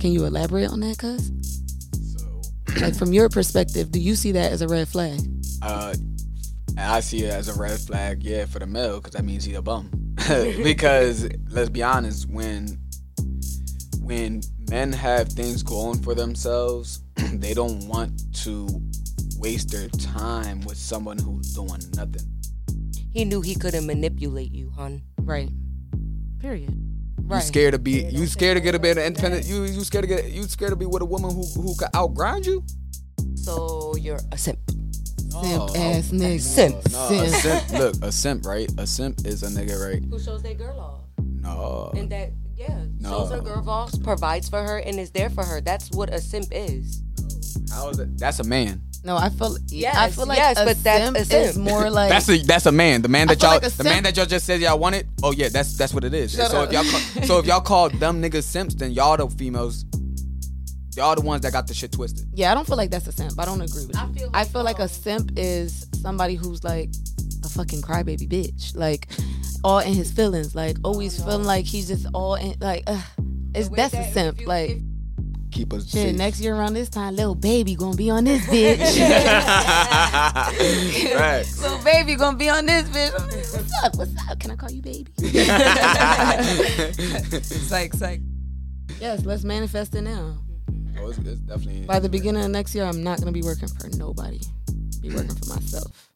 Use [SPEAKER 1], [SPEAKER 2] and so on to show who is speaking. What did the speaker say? [SPEAKER 1] Can you elaborate on that, cuz?
[SPEAKER 2] So
[SPEAKER 1] Like from your perspective, do you see that as a red flag?
[SPEAKER 2] uh, I see it as a red flag, yeah, for the male, because that means he's a bum. because let's be honest, when when men have things going for themselves, they don't want to waste their time with someone who's doing nothing.
[SPEAKER 3] He knew he couldn't manipulate you, hun.
[SPEAKER 1] Right. Period.
[SPEAKER 2] You
[SPEAKER 1] Right.
[SPEAKER 2] scared to be you scared to get a bit of independent. You you scared to get you scared to be with a woman who who could outgrind you.
[SPEAKER 3] So you're a simp.
[SPEAKER 1] Simp
[SPEAKER 2] No.
[SPEAKER 1] ass nigga.
[SPEAKER 3] Simp.
[SPEAKER 2] No, a
[SPEAKER 1] Simp.
[SPEAKER 2] simp. Look, a simp, right? A simp is a nigga, right?
[SPEAKER 3] Who shows that girl off?
[SPEAKER 2] No.
[SPEAKER 3] And that, yeah,
[SPEAKER 2] No.
[SPEAKER 3] shows her girl off, provides for her, and is there for her. That's what a simp is.
[SPEAKER 2] How is it? That's a man.
[SPEAKER 1] No, I feel.
[SPEAKER 3] Yes,
[SPEAKER 1] I feel like
[SPEAKER 3] yes,
[SPEAKER 1] a,
[SPEAKER 3] but that's
[SPEAKER 1] simp
[SPEAKER 3] a simp.
[SPEAKER 1] is more like.
[SPEAKER 2] that's a that's a man. The man
[SPEAKER 1] I
[SPEAKER 2] that
[SPEAKER 1] feel
[SPEAKER 2] y'all
[SPEAKER 1] like a
[SPEAKER 2] the man
[SPEAKER 1] simp-
[SPEAKER 2] that y'all just said y'all wanted. Oh yeah, that's that's what it is.
[SPEAKER 1] Shut
[SPEAKER 2] so
[SPEAKER 1] up.
[SPEAKER 2] if y'all call, so if y'all call dumb niggas simps, then y'all the females, y'all the ones that got the shit twisted.
[SPEAKER 1] yeah, I don't feel like that's a simp. I don't agree with you. I feel like, a simp is somebody who's like a fucking crybaby bitch, like all in his feelings, like always
[SPEAKER 3] Oh,
[SPEAKER 1] feeling like he's just all in, like. Ugh. It's, that's a simp. like
[SPEAKER 2] Keep us.
[SPEAKER 1] shit.
[SPEAKER 2] safe.
[SPEAKER 1] Next year around this time, little baby gonna be on this bitch.
[SPEAKER 2] right.
[SPEAKER 1] little baby gonna be on this bitch. I'm like, What's up? What's up? Can I call you baby?
[SPEAKER 3] Psych, psych.
[SPEAKER 1] yes, let's manifest it now.
[SPEAKER 2] Oh, it's, it's definitely
[SPEAKER 1] By the beginning of next year, I'm not gonna be working for nobody. Be working for myself.